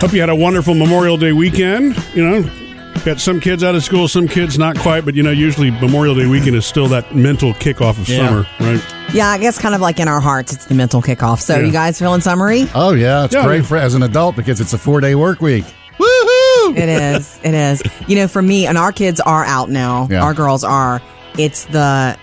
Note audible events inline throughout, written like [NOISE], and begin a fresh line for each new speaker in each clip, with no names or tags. Hope you had a wonderful Memorial Day weekend. You know, got some kids out of school, some kids not quite, but you know, usually Memorial Day weekend is still that mental kickoff of
Yeah.
summer, right?
Yeah, I guess kind of like in our hearts, it's the mental kickoff. So,
Yeah.
you guys
[LAUGHS]
feeling summery?
Oh yeah, it's
Yeah.
great for as an adult because it's a four day work week. Woohoo!
It is. It is. You know, for me, and our kids are out now.
Yeah.
Our girls are. It's the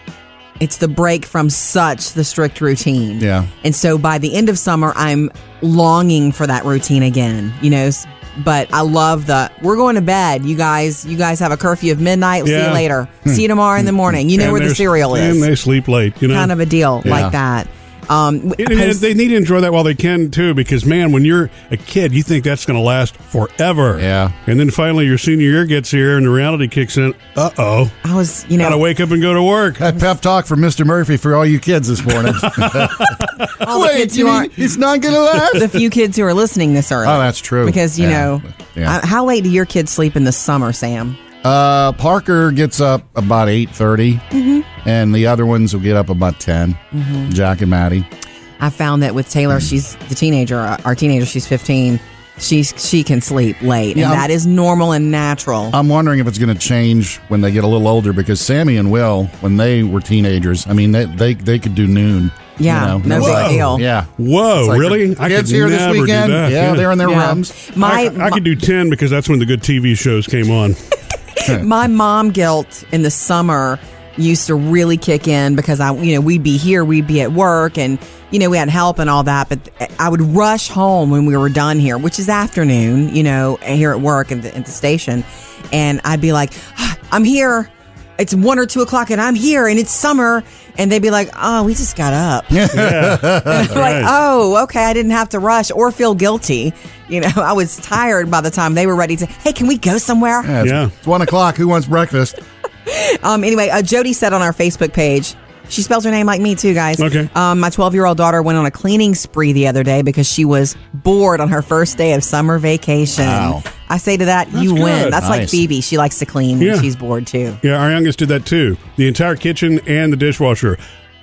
it's the break from such the strict routine.
Yeah.
And so by the end of summer, I'm longing for that routine again. You know, s- but I love the we're going to bed. You guys, you guys have a curfew of midnight. We'll see
Yeah. Hmm.
you later. See you tomorrow in the morning. You know
And
where the
there's-
cereal is.
And they sleep late, you know.
kind of a deal
Yeah.
like that. Um,
And- and
post-
they need to enjoy that while they can too, because man, when you're a kid, you think that's going to last forever.
Yeah.
And then finally, your senior year gets here, and the reality kicks in. Uh oh,
I was, you know,
got to wake up and go to work.
That pep talk from Mr. Murphy for all you kids this morning.
[LAUGHS] all
[LAUGHS]
the kids
you
who
mean
aren't
it's not gonna last.
[LAUGHS] the few kids who are listening this early.
Oh, that's true.
Because you
Yeah.
know,
Yeah.
uh, how late do your kids sleep in the summer, Sam?
Uh, Parker gets up about eight
Mm-hmm.
and the other ones will get up about 10 Jack and Maddie.
I found that with Taylor, she's the teenager, uh, our teenager, she's 15. She's she can sleep late,
Yeah,
and
I'm- Uh,
that is normal and natural.
I'm wondering if it's going to change when they get a little older because Sammy and Will, when they were teenagers, I mean, they they, they could do noon.
Yeah, no big
Nobody-
deal.
Yeah.
Whoa,
It's like,
Oh, really?
Kids here this
never do
weekend.
that,
yeah, they're in their
Yeah.
rooms.
My
I, I could do ten because that's when the good TV shows came on.
[LAUGHS] my mom guilt in the summer used to really kick in because I, you know, we'd be here, we'd be at work, and you know, we had help and all that. But I would rush home when we were done here, which is afternoon, you know, here at work and the, at the station, and I'd be like, "Ah, I'm here. It's one or two o'clock, and I'm here, and it's summer. And they'd be like, "Oh, we just got up." [LAUGHS] like, oh, okay, I didn't have to rush or feel guilty. You know, [LAUGHS] I was tired by the time they were ready to. Hey, can we go somewhere?
Yeah. It's,
Yeah.
it's one o'clock. Who wants breakfast?
Um, anyway, uh, Jody said on our Facebook page, she spells her name like me too, guys.
Okay.
Um, my 12 year old daughter went on a cleaning spree the other day because she was bored on her first day of summer vacation.
Wow.
I say to that, you
good.
win. That's like
Nice.
Phoebe. She likes to clean when
Yeah.
she's bored too.
yeah, our youngest did that too. The entire kitchen and the dishwasher,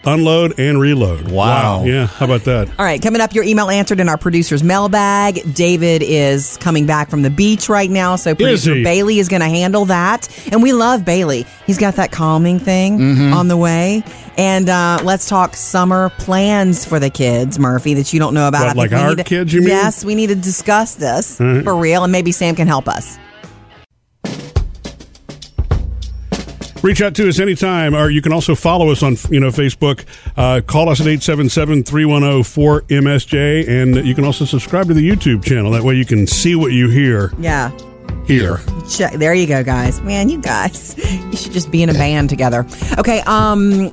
unload and reload.
Wow.
Yeah, how about that?
All right, coming up, your email answered in our producer's mailbag. David is coming back from the beach right now, so producer
he?
Bailey is going to handle that. And we love Bailey. He's got that calming thing
Mm-hmm.
on the way. And uh, let's talk summer plans for the kids, Murphy, that you don't know about.
What,
I think
like
we
our
need to-
kids, you mean?
Yes, we need to discuss this for real, and maybe Sam can help us.
Reach out to us anytime, or you can also follow us on you know Facebook. Uh, call us at oh, 877-310-4MSJ, and you can also subscribe to the YouTube channel. That way you can see what you hear
Yeah.
here.
Check. There you go, guys. Man, you guys, you should just be in a band together. Okay. Um,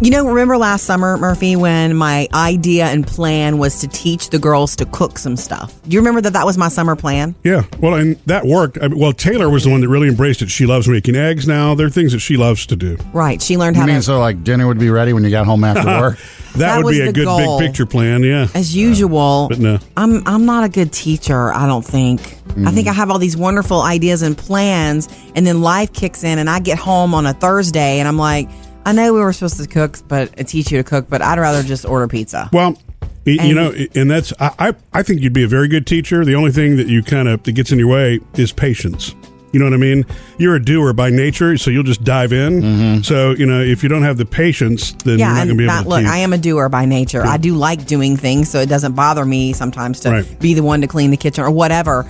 you know, remember last summer, Murphy, when my idea and plan was to teach the girls to cook some stuff. Do you remember that that was my summer plan?
Yeah, well, and that worked. I mean, well, Taylor was the one that really embraced it. She loves making eggs now. There are things that she loves to do.
Right. She learned
You
how
mean
to.
so like dinner would be ready when you got home
[LAUGHS]
after work?
That,
That
would
was
be a
the
good
goal.
big picture plan. Yeah,
As usual,
but no.
I'm I'm not a good teacher. I don't think. I think I have all these wonderful ideas and plans, and then life kicks in, and I get home on a Thursday, and I'm like, I know we were supposed to cook, but teach you to cook, but I'd rather just order pizza.
Well, y you
And-
know, and that's I, I I think you'd be a very good teacher. The only thing that you kind of that gets in your way is patience. You know what I mean? You're a doer by nature, so you'll just dive in. So you know, if you don't have the patience, then you're not
and
going to be able
not-
to
look,
teach.
I am a doer by nature. I do like doing things, so it doesn't bother me sometimes to
Right.
be the one to clean the kitchen or whatever.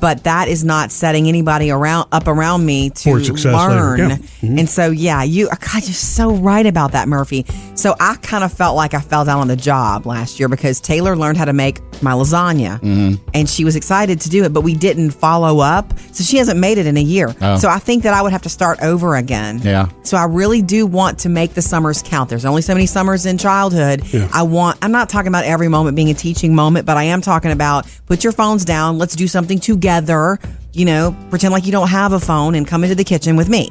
But that is not setting anybody around up around me to
For success later,
learn.
yeah. Mm-hmm.
And so, yeah, you, uh, God, you're so right about that, Murphy. So I kind of felt like I fell down on the job last year because Taylor learned how to make my lasagna,
Mm-hmm.
and she was excited to do it, but we didn't follow up, so she hasn't made it in a year.
Oh.
So I think that I would have to start over again.
Yeah.
So I really do want to make the summers count. There's only so many summers in childhood.
Yeah.
I want I'm not talking about every moment being a teaching moment, but I am talking about put your phones down, let's do something together, you know, pretend like you don't have a phone and come into the kitchen with me.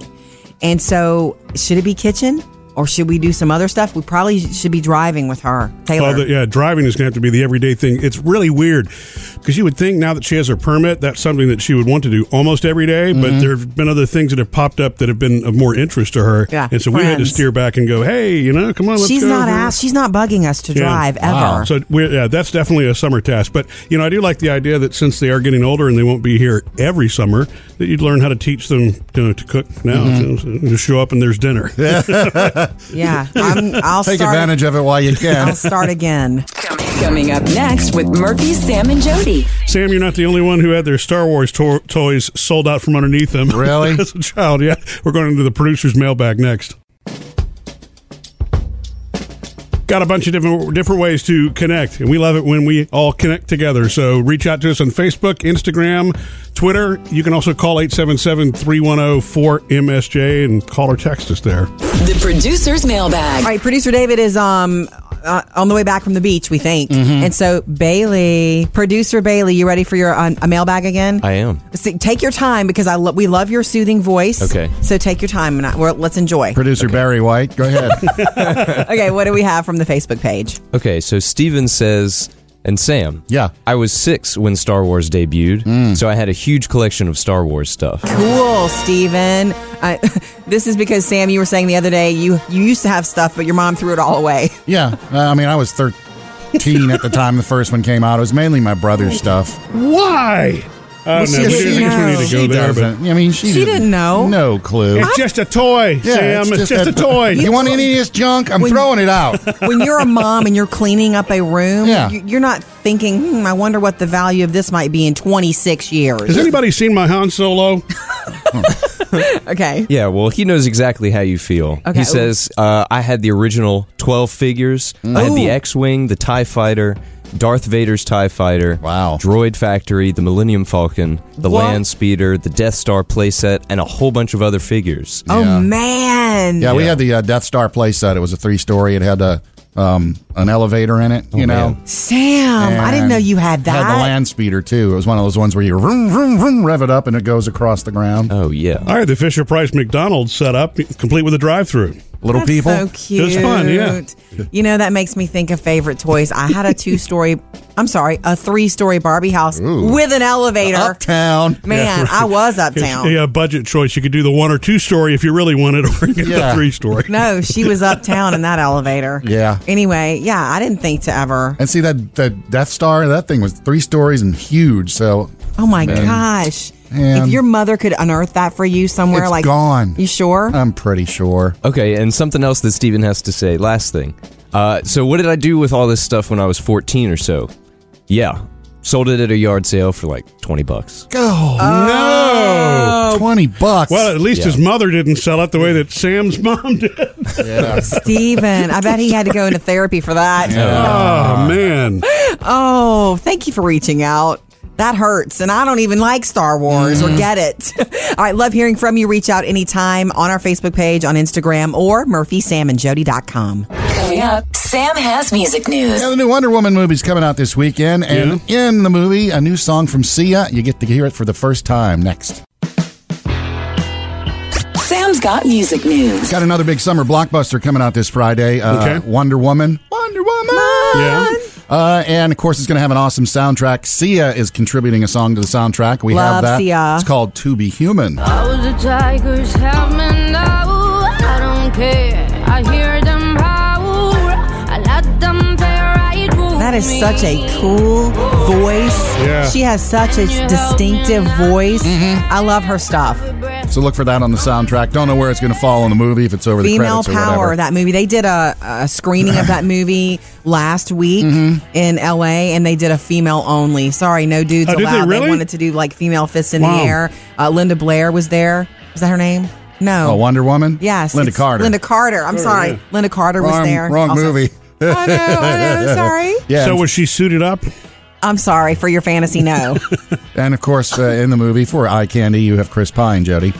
And so, should it be kitchen? Or should we do some other stuff? We probably should be driving with her. Taylor.
Well, the, yeah, driving is going to have to be the everyday thing. It's really weird because you would think now that she has her permit, that's something that she would want to do almost every day, But there have been other things that have popped up that have been of more interest to her.
Yeah,
and so we had to
friends.
steer back and go, hey, you know, come on, let's
she's
go.
not
We're-
asked. She's not bugging us to
Yeah.
drive
Wow.
ever.
So we're, yeah, that's definitely a summer task. But you know, I do like the idea that since they are getting older and they won't be here every summer, that you'd learn how to teach them you know, to cook now. So- so just show up and there's dinner.
[LAUGHS]
yeah, I'm, I'll
Take
start.
advantage of it while you
I'll
can.
start again.
Coming up next with Murphy, Sam, and Jody.
Sam, you're not the only one who had their Star Wars to- toys sold out from underneath them.
Really?
[LAUGHS] As a child, yeah. We're going into the producer's mailbag next. Got a bunch of different different ways to connect, and we love it when we all connect together. So reach out to us on Facebook, Instagram, Twitter. You can also call oh, 877-310-4MSJ and call or text us there.
The producer's mailbag.
All right, producer David is um uh, on the way back from the beach, we think.
Mm-hmm.
And so Bailey, producer Bailey, you ready for your uh, a mailbag again?
I am.
See, take your time because I lo- we love your soothing voice.
Okay.
So take your time and I, well, let's enjoy.
Producer Barry White, go
[LAUGHS]
ahead.
okay, what do we have from the Facebook page?
Okay, so Steven says, and Sam.
Yeah. Mm.
I was six when Star Wars debuted, so I had a huge collection of Star Wars stuff.
Cool, Steven. I, [LAUGHS] this is because Sam, you were saying the other day you you used to have stuff, but your mom threw it all away. [LAUGHS]
yeah, uh, I mean, I was 13 at the time the first one came out. It was mainly my brother's stuff.
Why? I don't know.
Yeah,
We didn't- I guess we need to
she
go there, but
doesn't. I mean, she,
She didn't know.
No clue.
it's just a toy,
Yeah,
Sam. It's, just, a toy.
You want any of this junk? I'm throwing it out.
when you're a mom and you're cleaning up a room,
Yeah.
you- you're not thinking, hmm, I wonder what the value of this might be in 26 years.
Has anybody seen my Han Solo?
[LAUGHS] Okay.
Yeah, well, he knows exactly how you feel.
Okay.
He says, uh, I had the original 12 figures. I had the
Ooh.
X Wing, the TIE Fighter, Darth Vader's TIE Fighter,
Wow.
Droid Factory, the Millennium Falcon, the
What?
Land Speeder, the Death Star playset, and a whole bunch of other figures.
Oh,
Yeah.
man.
Yeah, we
Yeah.
had the uh, Death Star playset. It was a three story. It had a um, an elevator in it. you know,
man.
Sam, Um, I didn't know you had
It
that.
Had the land speeder too. It was one of those ones where you vroom, vroom, vroom, rev it up and it goes across the ground.
Oh, yeah.
I had the Fisher Price McDonald's set up, complete with a drive-through.
Little
That's
people.
So cute.
was fun, yeah.
You know, that makes me think of favorite toys. I had a two story, I'm sorry, a three story Barbie house with an elevator.
Uptown.
Man, I was uptown.
Yeah, budget choice. You could do the one or two story if you really wanted, or you could do the
Yeah.
three
[LAUGHS]
story.
No, she was uptown in that elevator.
Yeah.
Anyway, yeah, I didn't think to ever.
And see that that Death Star. That thing was three stories and huge. So
Oh my gosh.
Man.
If your mother could unearth that for you somewhere
It's
like
gone. Uh,
You sure?
I'm pretty sure.
Okay, and something else that Steven has to say. Last thing. Uh, so, what did I do with all this stuff when I was 14 or so? Yeah, sold it at a yard sale for like 20 bucks.
Oh, no, twenty bucks.
Well, at least
Yeah.
his mother didn't sell it the way that Sam's mom did.
[LAUGHS] yeah.
Steven, I bet he had to go into therapy for that.
Ah.
Oh man,
Oh, thank you for reaching out. That hurts. And I don't even like Star Wars
Mm-hmm.
or get it. [LAUGHS] All right. Love hearing from you. Reach out anytime on our Facebook page, on Instagram, or murphysamandjody.com.
Coming up, Sam has music news.
Yeah, the new Wonder Woman movie's coming out this weekend, and in the movie, a new song from Sia. You get to hear it for the first time next.
Sam's got music news.
Got another big summer blockbuster coming out this Friday. Uh,
Okay.
Wonder Woman. Wonder Woman.
Yeah.
Uh, and of course, it's going to have an awesome soundtrack. Sia is contributing a song to the soundtrack. We
Love
have that.
Sia.
It's called "To Be Human."
I was a tiger's helmet now. I don't care. I hear them howl. I let them tear right through
That is
me.
such a cool voice.
Yeah. Mm-hmm.
She has such a distinctive voice. I love her stuff.
So look for that on the soundtrack. Don't know where it's going to fall in the movie if it's over
Female
the credits or whatever.
Power, that movie. They did a, a screening of that movie last week in LA, and they did a female only. Sorry, no dudes
Oh, did they
allowed.
really?
wanted to do like female fists in
Wow.
the air. Uh, Linda Blair was there. Is that her name? No.
oh, Wonder Woman.
Yes.
Linda
it's
Carter.
Linda Carter. I'm sorry.
yeah.
Linda Carter
wrong,
was there.
Wrong
[LAUGHS]
also.
movie.
I know. I know. Sorry.
Yeah.
so was she suited up?
I'm sorry for your fantasy. No.
And of course, uh, in the movie for Eye Candy, you have Chris Pine, Jody.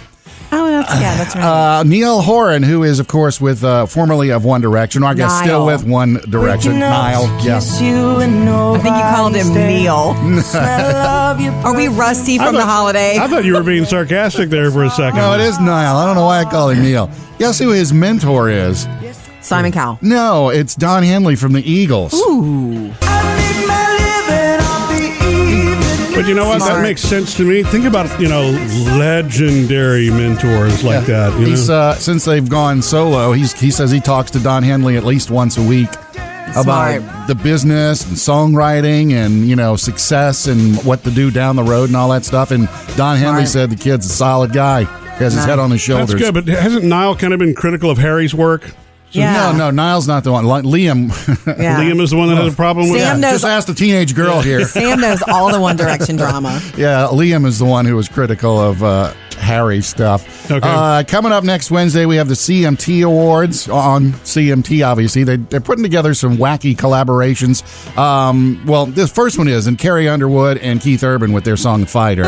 oh, that's yeah. That's right.
Uh, Neil Horan, who is, of course, with uh, formerly of One Direction, or I guess
Niall.
still with One Direction. Nile. Yeah.
I think you called him Neil. Are we rusty from the holiday?
I thought you were being sarcastic there for a second.
No, it is Nile. I don't know why I call him Neil. Guess who his mentor is?
Simon Cowell.
No, it's Don Henley from the Eagles.
But you know what? That
Smart.
makes sense to me. Think about you know legendary mentors like that. You
He's
know?
uh, since they've gone solo. He's he says he talks to Don Henley at least once a week about
Smart.
the business and songwriting and you know success and what to do down the road and all that stuff. And Don Henley
Smart.
said the kid's a solid guy. He has his head on his shoulders.
That's good. But hasn't Niall kind of been critical of Harry's work?
Yeah.
No, no, Niall's not the one. Li- Liam. [LAUGHS]
Yeah.
Liam is the one that has a problem with.
Sam
it.
knows-
Just ask the teenage girl here.
Sam knows all the One Direction drama.
Yeah, Liam is the one who was critical of uh, Harry stuff.
Okay.
Uh, coming up next Wednesday, we have the CMT Awards on CMT, obviously. They, they're putting together some wacky collaborations. Um, well, this first one is, and Carrie Underwood and Keith Urban with their song Fighter.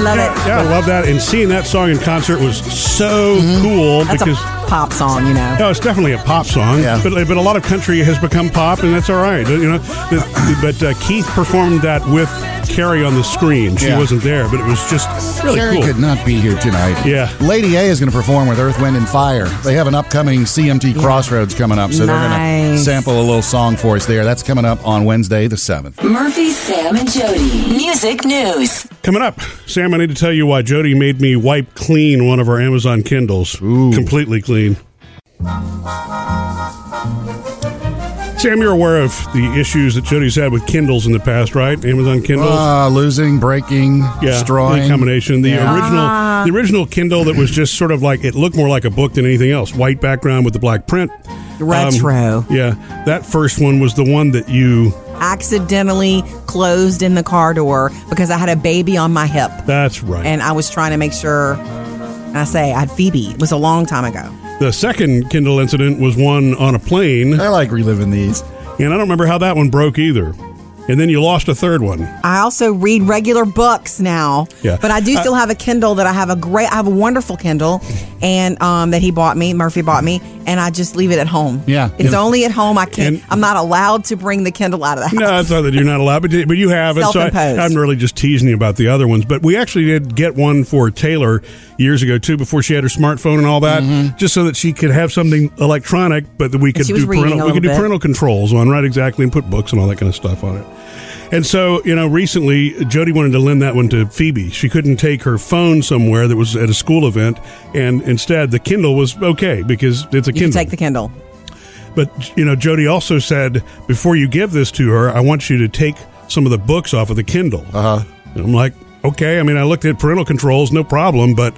Love it.
Yeah, I love that. And seeing that song in concert was so cool
Mm-hmm. That's
because.
a pop song, you know.
No, it's definitely a pop song,
Yeah.
but but a lot of country has become pop, and that's all right. You know, but, but uh, Keith performed that with Carrie on the screen. She
Yeah.
wasn't there, but it was just really
Carrie
cool.
could not be here tonight.
Yeah.
Lady A is going to perform with Earth, Wind, and Fire. They have an upcoming CMT Crossroads coming up, so they're going to
Nice.
sample a little song for us there. That's coming up on Wednesday, the 7th.
Murphy, Sam, and Jody. Music news.
Coming up, Sam, I need to tell you why Jody made me wipe clean one of our Amazon Kindles. Completely clean. Sam, you're aware of the issues that Jody's had with Kindles in the past, right? Amazon Kindles?
Uh, losing, breaking, destroying.
any combination. The
Yeah.
original, the original Kindle that was just sort of like it looked more like a book than anything else. White background with the black print. Um,
Retro.
yeah, that first one was the one that you.
Accidentally closed in the car door because I had a baby on my hip
That's right.
and I was trying to make sure. I say I had Phoebe. It was a long time ago.
the second Kindle incident was one on a plane, and
I like reliving these.
I don't remember how that one broke either. And then you lost a third one.
I also read regular books now.
Yeah. Uh,
But I do still have a Kindle that I have a great, I have a wonderful Kindle and um, that he bought me, Murphy bought me, and I just leave it at home.
Yeah.
It's
Yeah.
only at home. I can't,
And-
I'm not allowed to bring the Kindle out of the house.
No, it's not that you're not allowed, but, but you have. it. so
Self-imposed.
I, am really just teasing you about the other ones. But we actually did get one for Taylor years ago too, before she had her smartphone and all that, just so that she could have something electronic, but that we could
Mm-hmm. she was
do
reading
parental,
a
we could do
little bit.
parental controls on right exactly, and put books and all that kind of stuff on it. And so, you know, recently Jody wanted to lend that one to Phoebe. She couldn't take her phone somewhere that was at a school event, and instead the Kindle was okay because it's a
You can
Kindle.
take the Kindle.
But you know, Jody also said before you give this to her, I want you to take some of the books off of the Kindle. Uh huh. I'm like, okay. I mean, I looked at parental controls, no problem. But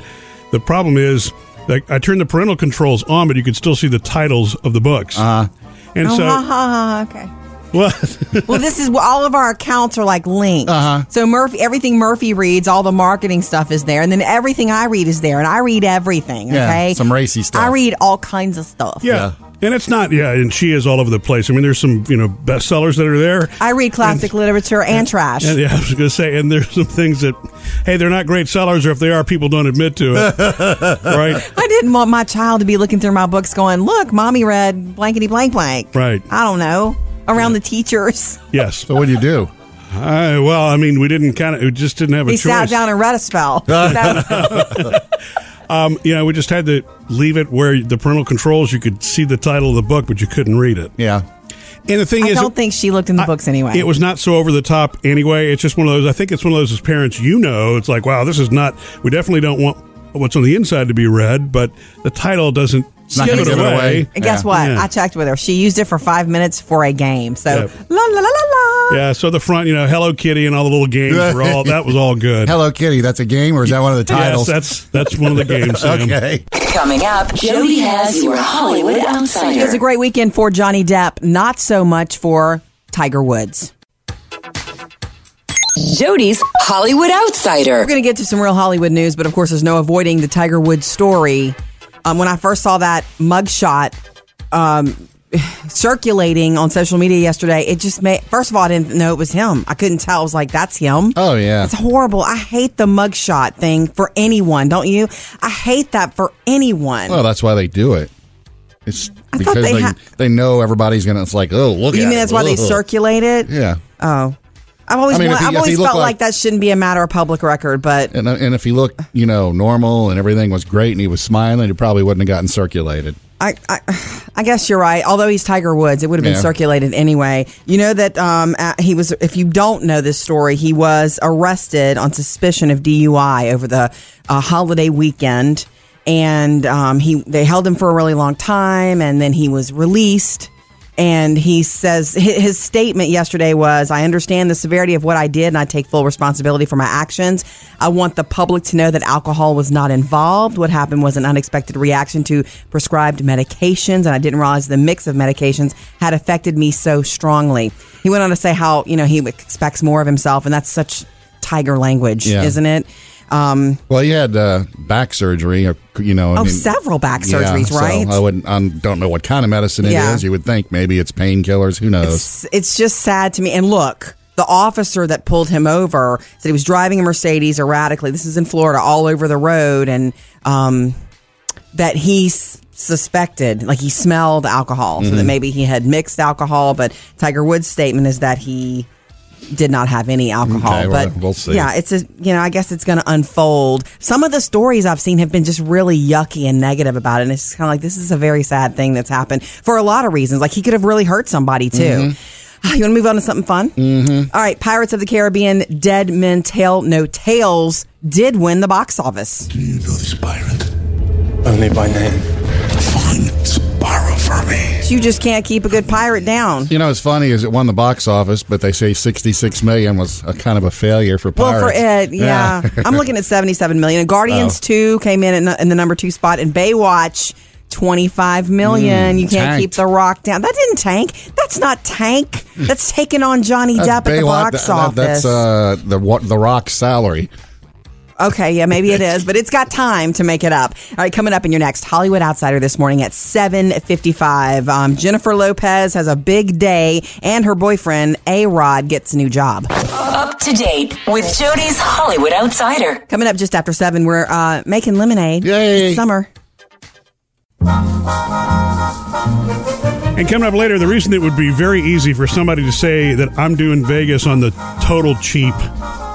the problem is, like, I turned the parental controls on, but you could still see the titles of the books. Uh huh. And
oh, ha, ha,
so,
ha, okay.
[LAUGHS] what?
Well, this is what all of our accounts are like linked. Uh-huh. So Murphy, everything Murphy reads, all the marketing stuff is there, and then everything I read is there, and I read everything.
Yeah,
Okay,
some racy stuff.
I read all kinds of stuff.
yeah. And it's not, yeah, and she is all over the place. I mean, there's some, you know, bestsellers that are there.
I read classic literature and trash.
And, yeah, [LAUGHS] I was going to say, and there's some things that, hey, they're not great sellers, or if they are, people don't admit to it. right?
I didn't want my child to be looking through my books going, look, mommy read blankety blank blank.
Right.
I don't know. Around the teachers.
Yes.
So what do you do?
I, Uh, well, I mean, we didn't kind of, we just didn't have a
He
choice.
sat down and read
[LAUGHS]
a spell. That-
Um, you know, we just had to leave it where the parental controls, you could see the title of the book, but you couldn't read it.
Yeah.
And the thing
I
is,
don't think she looked in the books anyway.
it was not so over the top anyway. It's just one of those, I think it's one of those as parents, you know, it's like, wow, this is not, we definitely don't want what's on the inside to be read, but the title doesn't
not
give
gonna
it
give it
away.
away.
and guess
Yeah.
what?
Yeah.
I checked with her. She used it for five minutes for a game. So,
Yep.
la la la la la.
Yeah, so the front, you know, Hello Kitty and all the little games were all, that was all good.
Hello Kitty, that's a game or is that one of
[LAUGHS]
the
yes,
titles?
that's, that's one of the games, [LAUGHS] Sam.
okay.
Coming up, Jody has your Hollywood
It was a
Outsider.
great weekend for Johnny Depp, not so much for Tiger Woods.
Jody's Hollywood Outsider.
We're going to get to some real Hollywood news, but of course, there's no avoiding the Tiger Woods story. Um, when I first saw that mugshot um, [SIGHS] circulating on social media yesterday, it just made, first of all, I didn't know it was him. I couldn't tell. I was like, that's him.
Oh yeah.
It's horrible. I hate the mugshot thing for anyone, don't you? I hate that for anyone.
Well, that's why they do it. It's
I thought
because
they
they they,
ha-
know everybody's gonna it's like, oh look
you
at
mean
it.
that's why they
Ugh.
circulate it?
Yeah.
Oh. I've always,
I mean,
wa-
if he-
I've
if he
always
looked
felt like,
like-
that shouldn't be a matter of public record, but
And, uh, and if he looked, you know, normal and everything was great and he was smiling, he probably wouldn't have gotten circulated.
I, I, I [SIGHS] guess you're right. Although he's Tiger Woods, it would have been
Yeah.
circulated anyway. You know that um, uh, he was. If you don't know this story, he was arrested on suspicion of DUI over the uh, holiday weekend, and um, he they held him for a really long time, and then he was released. And he says hi- his statement yesterday was, "I understand the severity of what I did, and I take full responsibility for my actions. I want the public to know that alcohol was not involved. What happened was an unexpected reaction to prescribed medications, and I didn't realize the mix of medications had affected me so strongly." He went on to say how you know he expects more of himself, and that's such tiger language,
Yeah.
isn't it? Um,
Well, he had uh, back surgery, or, you know. I
oh,
mean-
several back
Yeah,
surgeries,
so
right?
I wouldn't. I don't know what kind of medicine it is.
Yeah.
You would think maybe it's painkillers. Who knows?
it's, it's just sad to me. And look, the officer that pulled him over said he was driving a Mercedes erratically. This is in Florida, all over the road, and um, that he s- suspected, like he smelled alcohol,
Mm-hmm.
so that maybe he had mixed alcohol. But Tiger Woods' statement is that he did not have any alcohol.
Okay, well,
but
we'll see.
Yeah, it's a you know, I guess it's going to unfold. Some of the stories I've seen have been just really yucky and negative about it. And it's kind of like this is a very sad thing that's happened for a lot of reasons. Like he could have really hurt somebody too.
Mm-hmm.
Ah, You want to move on to something fun? Mm-hmm. right, Pirates of the Caribbean: Dead Men Tell No Tales did win the box office.
You know this pirate.
Only by name.
Find Sparrow for me.
You just can't keep a good pirate down.
you know, it's funny is it won the box office, but they say sixty-six million was a kind of a failure for
Well,
pirates.
for it, yeah. I'm looking at 77 million. And Guardians
Oh.
2 came in at, n- in the number two spot, and Baywatch, 25 million. you can't
Hmm, tanked.
keep The Rock down. That didn't tank. That's not tank. That's taking on Johnny
That's
Depp at the
Baywatch-
box
that-
office.
that- That's uh, the wa- the Rock's salary.
Okay, yeah, maybe
[LAUGHS]
it is, but it's got time to make it up. All right, coming up in your next Hollywood Outsider this morning at 7.55, um, Jennifer Lopez has a big day, and her boyfriend, A-Rod, gets a new job.
Up to date with Jody's Hollywood Outsider.
Coming up just after 7, we're uh, making lemonade.
Yay.
It's summer.
And coming up later, the reason it would be very easy for somebody to say that I'm doing Vegas on the total cheap,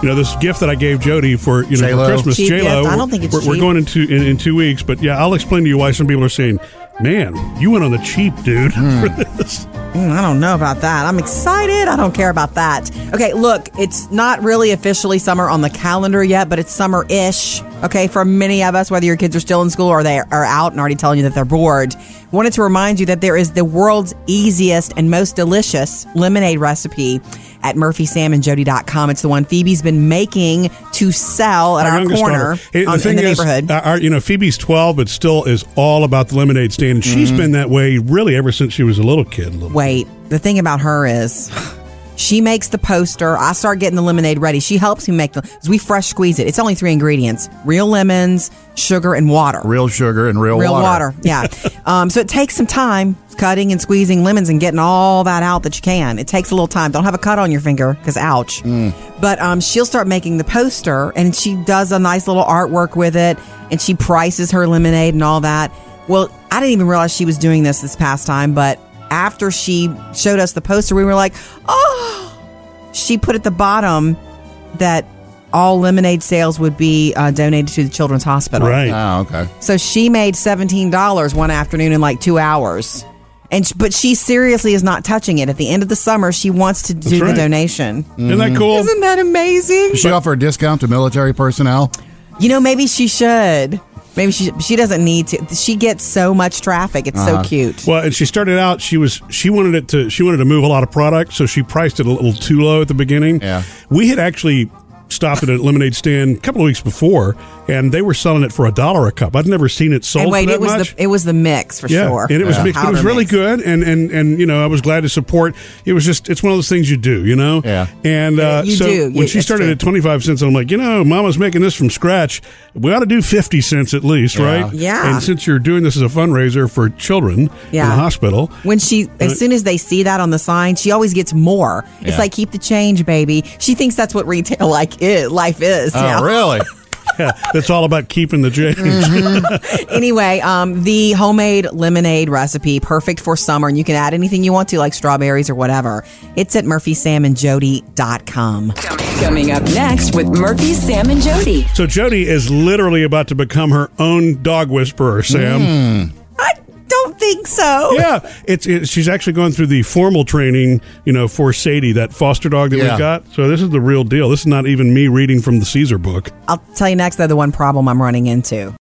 you know, this gift that I gave Jody for you know
J-Lo.
for Christmas,
Cheap
J Lo.
gift. I don't think it's
we're, we're
cheap.
going into in, in two weeks, but yeah, I'll explain to you why some people are saying, "Man, you went on the cheap, dude." [LAUGHS] For this.
Mm, I don't know about that. I'm excited. I don't care about that. Okay, look, it's not really officially summer on the calendar yet, but it's summer ish. Okay, for many of us, whether your kids are still in school or they are out and already telling you that they're bored, wanted to remind you that there is the world's easiest and most delicious lemonade recipe at murphysamandjody.com. It's the one Phoebe's been making to sell at our,
youngest
corner
daughter. Hey,
on- in the
is,
neighborhood.
uh, our- you know, Phoebe's 12, but still is all about the lemonade stand. And she's been that way really ever since she was a little kid. Little
Wait, the thing about her is she makes the poster. I start getting the lemonade ready. She helps me make the 'cause we fresh squeeze it. It's only three ingredients real lemons, sugar, and water.
Real sugar and real,
Real water. [LAUGHS] Yeah. um, so it takes some time cutting and squeezing lemons and getting all that out that you can. It takes a little time. Don't have a cut on your finger because ouch. But um, she'll start making the poster and she does a nice little artwork with it and she prices her lemonade and all that. Well, I didn't even realize she was doing this this past time, but after she showed us the poster, we were like, oh, she put at the bottom that all lemonade sales would be uh, donated to the Children's Hospital.
Right.
Oh, okay.
So she made seventeen dollars one afternoon in like two hours, and sh- but she seriously is not touching it. At the end of the summer, she wants to
right.
do
Mm.
the donation.
Isn't that cool?
Mm-hmm. Isn't that amazing?
Does she offer a discount to military personnel?
You know, maybe she should. Maybe she she doesn't need to. She gets so much traffic. It's so cute.
Uh-huh. Well, and she started out. She was she wanted it to she wanted to move a lot of product, so she priced it a little too low at the beginning.
Yeah.
we had actually stopped at a lemonade stand a couple of weeks before, and they were selling it for a dollar a cup. I'd never seen it sold
and wait,
for that
it was
much.
the it was the mix for
yeah,
sure.
and it was
The
mixed, but it was
powder
really
mix.
good, and and and you know, I was glad to support. It was just, it's one of those things you do, you know.
Yeah.
And uh,
You
so
do.
when
Yeah,
she
that's
started
true.
at twenty five cents, I'm like, you know, Mama's making this from scratch. We ought to do fifty cents at least, right?
Yeah.
And since you're doing this as a fundraiser for children in
Yeah.
the hospital,
When she, as soon as they see that on the sign, she always gets more. It's
Yeah.
like keep the change, baby. She thinks that's what retail like is, life is.
Oh,
[LAUGHS] now.
really?
yeah, it's all about keeping the change.
Mm-hmm. Anyway, um, the homemade lemonade recipe, perfect for summer, and you can add anything you want to, like strawberries or whatever. It's at murphysamandjody.com.
Coming up next with Murphy, Sam, and Jody.
So Jody is literally about to become her own dog whisperer, Sam.
Mm. I don't think so.
Yeah, it's it, she's actually going through the formal training, you know, for Sadie, that foster dog that
Yeah.
we got. So this is the real deal. This is not even me reading from the Caesar book.
I'll tell you next, though, the one problem I'm running into.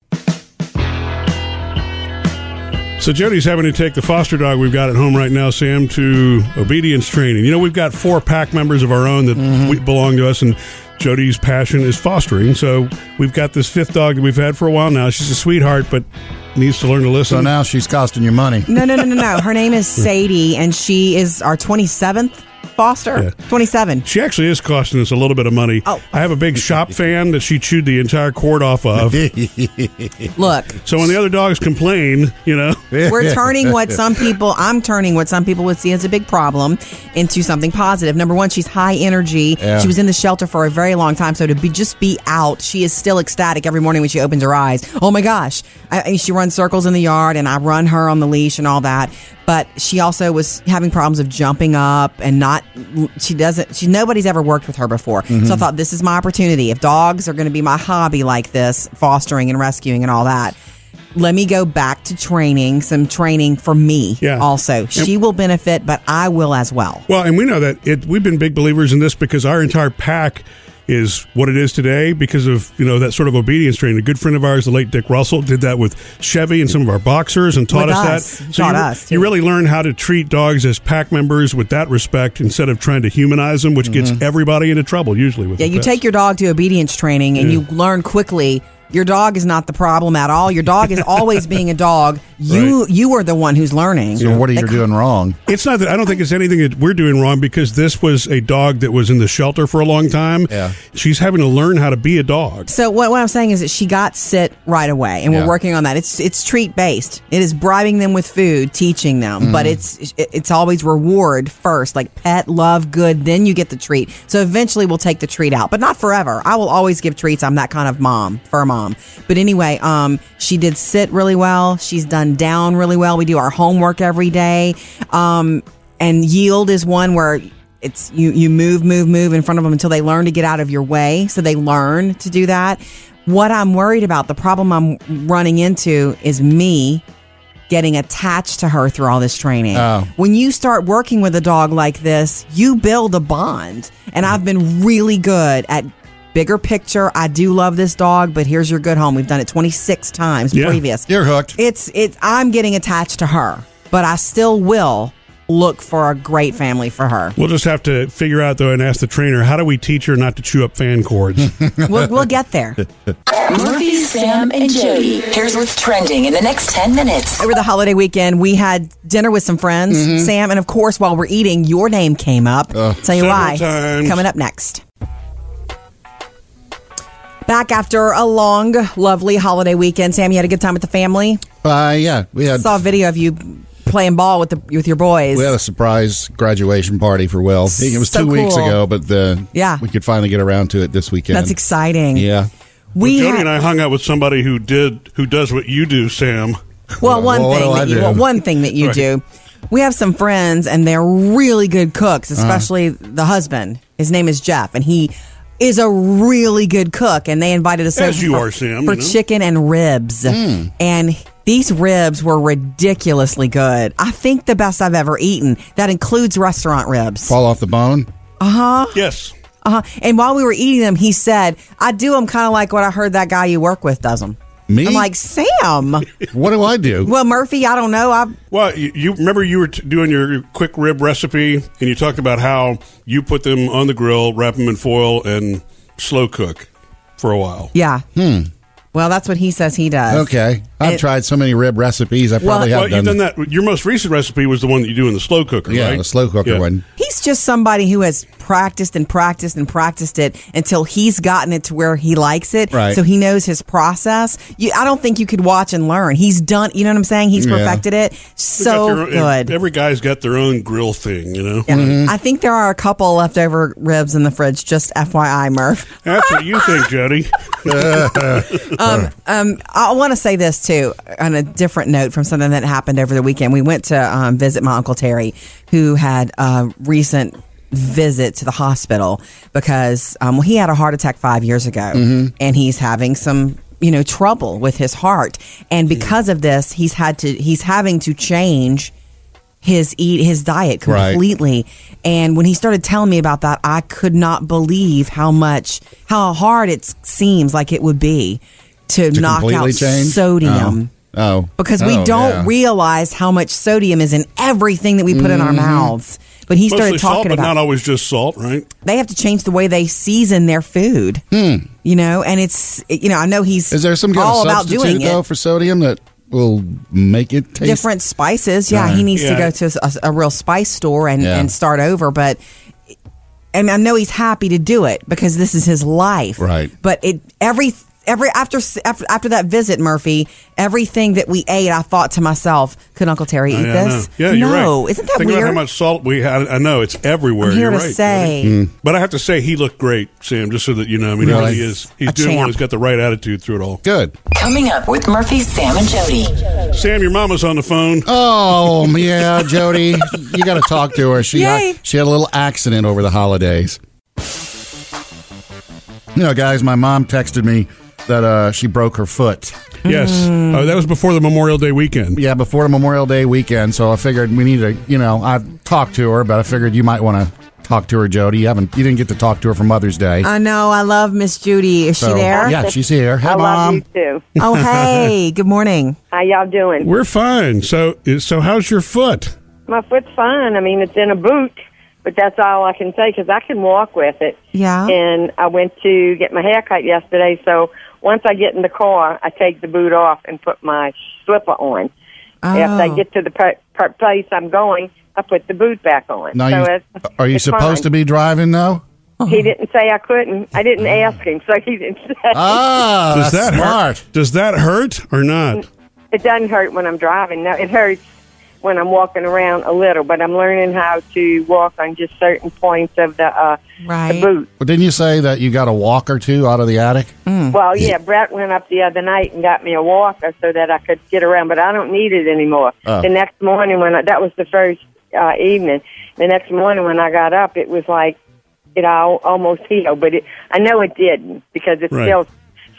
So Jody's having to take the foster dog we've got at home right now, Sam, to obedience training. You know, we've got four pack members of our own that
Mm-hmm.
we belong to us, and Jody's passion is fostering. So we've got this fifth dog that we've had for a while now. She's a sweetheart, but needs to learn to listen.
So now she's costing you money.
No, no, no, no, no. Her name is Sadie, and she is our 27th foster. 27.
She actually is costing us a little bit of money.
Oh.
I have a big shop fan that she chewed the entire cord off of.
Look,
so when the other dogs complain, you know,
we're turning what some people, I'm turning what some people would see as a big problem into something positive. Number one, she's high energy.
Yeah.
She was in the shelter for a very long time. So to be just be out, she is still ecstatic every morning when she opens her eyes. Oh my gosh. I, I- she runs circles in the yard and I run her on the leash and all that. But she also was having problems of jumping up and not, she doesn't, she, nobody's ever worked with her before. So I thought this is my opportunity. If dogs are going to be my hobby like this, fostering and rescuing and all that let me go back to training, some training for me
Yeah.
also. She will benefit, but I will as well.
Well, and we know that it, we've been big believers in this because our entire pack is what it is today because of you know that sort of obedience training. A good friend of ours, the late Dick Russell, did that with Chevy and some of our boxers and taught
With
us,
us.
that.
Taught
you,
us,
you
too.
really learn how to treat dogs as pack members with that respect instead of trying to humanize them, which gets everybody into trouble usually. With
Yeah,
the
you
pets.
take your dog to obedience training and you learn quickly your dog is not the problem at all. Your
[LAUGHS]
dog is always being a dog. You
Right.
you are the one who's learning.
So what are you doing wrong?
It's not that I don't think it's anything that we're doing wrong because this was a dog that was in the shelter for a long time.
Yeah.
she's having to learn how to be a dog.
So what, what I'm saying is that she got sit right away, and
Yeah.
we're working on that. It's it's treat based. It is bribing them with food, teaching them, but it's it- it's always reward first, like pet love, good. Then you get the treat. So eventually we'll take the treat out, but not forever. I will always give treats. I'm that kind of mom, fur mom. But anyway, um, she did sit really well. She's done down really well. We do our homework every day. Um, and yield is one where it's you you move move move in front of them until they learn to get out of your way so they learn to do that what i'm worried about the problem i'm running into is me getting attached to her through all this training
Oh.
when you start working with a dog like this you build a bond and i've been really good at bigger picture i do love this dog but here's your good home we've done it 26 times
Yeah.
previous
You're hooked.
it's it's I'm getting attached to her, but I still will look for a great family for her.
We'll just have to figure out though and ask the trainer how do we teach her not to chew up fan
[LAUGHS]
cords.
We'll, we'll get there.
Murphy, Sam, and Jody. Here's what's trending in the next 10 minutes.
Over the holiday weekend, we had dinner with some friends,
Mm-hmm.
Sam, and of course, while we're eating, your name came up.
Uh,
Tell you
Several
why.
times.
Coming up next. Back after a long, lovely holiday weekend, Sam, you had a good time with the family.
Uh, yeah, we had
Saw a video of you playing ball with the with your boys.
we had a surprise graduation party for Will. It was
So
two weeks
cool.
ago, but the
Yeah.
we could finally get around to it this weekend.
That's exciting.
Yeah.
we
Jody
had-
and I hung out with somebody who did who does what you do,
[LAUGHS]
Sam.
Well, one
Well, what
thing
do I
that you,
do?
well, one thing that you
Right.
do. We have some friends, and they're really good cooks, especially the husband. His name is Jeff, and he is a really good cook. And they invited us
As
over
you
for,
are, Sam,
for
you know.
chicken and ribs, and. These ribs were ridiculously good. I think the best I've ever eaten. That includes restaurant ribs.
Fall off the bone.
Yes.
Uh-huh. And while we were eating them, he said, "I do them kind of like what I heard that guy you work with does them."
Me?
I'm like, "Sam,
What do I
[LAUGHS]
do?
well, Murphy, I don't know. I
Well, you, you remember you were t- doing your quick rib recipe and you talked about how you put them on the grill, wrap them in foil, and slow cook for a while.
Yeah. Hmm. Well, that's what he says he does.
Okay. I've
It-
tried so many rib recipes. I probably
Well,
have
you've
done,
done that. Your most recent recipe was the one that you do in the slow cooker,
Yeah,
right?
the slow cooker
Yeah.
one.
He's just somebody who has practiced and practiced and practiced it until he's gotten it to where he likes it.
Right.
So he knows his process. You, I don't think you could watch and learn. He's done. You know what I'm saying? He's
Yeah.
perfected it
They've got
so
their own-
good.
Every guy's got their own grill thing, you know.
Yeah.
Mm-hmm.
I think there are a couple leftover ribs in the fridge. Just FYI, Murph.
That's what you think,
[LAUGHS]
Jody.
Um, I want to say this too, on a different note from something that happened over the weekend. We went to um, visit my uncle Terry, who had a recent visit to the hospital because um, well, he had a heart attack five years ago, and he's having some you know trouble with his heart, and because of this, he's had to he's having to change his eat his diet
Right.
completely and when he started telling me about that i could not believe how much how hard it s- seems like it would be to,
to
knock
completely
out
change
sodium
Oh, Oh.
because we
Oh,
don't
yeah.
realize how much sodium is in everything that we put in
Mm-hmm.
our mouths but he started
Mostly salt,
talking
but
about
not always just salt, right?
they have to change the way they season their food you know and it's you know i know he's
Hmm. Is there some kind
all
of
about doing
substitute
it
though for sodium that will make it taste
different spices. Yeah, he needs to
Yeah.
go to a, a real spice store and,
Yeah.
and start over. But and I know he's happy to do it because this is his life.
Right.
But it every every after after, after that visit, Murphy, everything that we ate, I thought to myself, could Uncle Terry
Yeah,
eat
I know.
this?
Yeah, you're right.
no, isn't that
Think
weird?
About how much salt we had. I know it's everywhere.
I'm here
you're
to
right.
say. Mm.
Jody. But I have to say he looked great, Sam. Just so that you know, I mean,
Really?
he really is. He's
A
doing well.
champ.
He's got the right attitude through it all.
Good.
Coming up with Murphy, Sam, and Jody.
Sam, your mama's on the phone.
Oh yeah, Jody, you got to talk to her. She
Yay.
she had a little accident over the holidays. You know, guys, my mom texted me that uh, she broke her foot.
Yes.
Mm.
Oh, that was before the Memorial Day weekend.
Yeah, before Memorial Day weekend, so I figured we need to. You know, I've talked to her, but I figured you might want to talk to her, Jody. You haven't, you didn't get to talk to her for Mother's Day.
I know. I love Miss Judy. Is
So-
Uh, she there?
Yeah, she's here. Hey,
I
mom.
love you too.
[LAUGHS]
Oh, hey. Good morning.
How y'all doing?
We're fine. So, so how's your foot?
My foot's fine. I mean, it's in a boot, but that's all I can say because I can walk with it.
Yeah.
And I went to get my hair cut yesterday, so once I get in the car, I take the boot off and put my slipper on. After I
Oh.
get to the per- per- place I'm going, I put the boot back on.
Now,
so
you,
it's,
are you supposed to be driving though?
He didn't say I couldn't.
[LAUGHS]
I didn't ask him, so he didn't [LAUGHS] say.
Ah,
Does
that's
that
smart.
hurt? Does that hurt or not?
It doesn't hurt when I'm driving. No, it hurts when I'm walking around a little, but I'm learning how to walk on just certain points of the, uh,
Right.
the boot.
Well, didn't you say that you got a walk or two out of the attic?
Well, yeah, Brett went up the other night and got me a walker so that I could get around, but I don't need it anymore.
Oh.
The next morning when I, that was the first uh, evening, the next morning when I got up, it was like it all almost healed, but it, I know it didn't because it's
Right.
still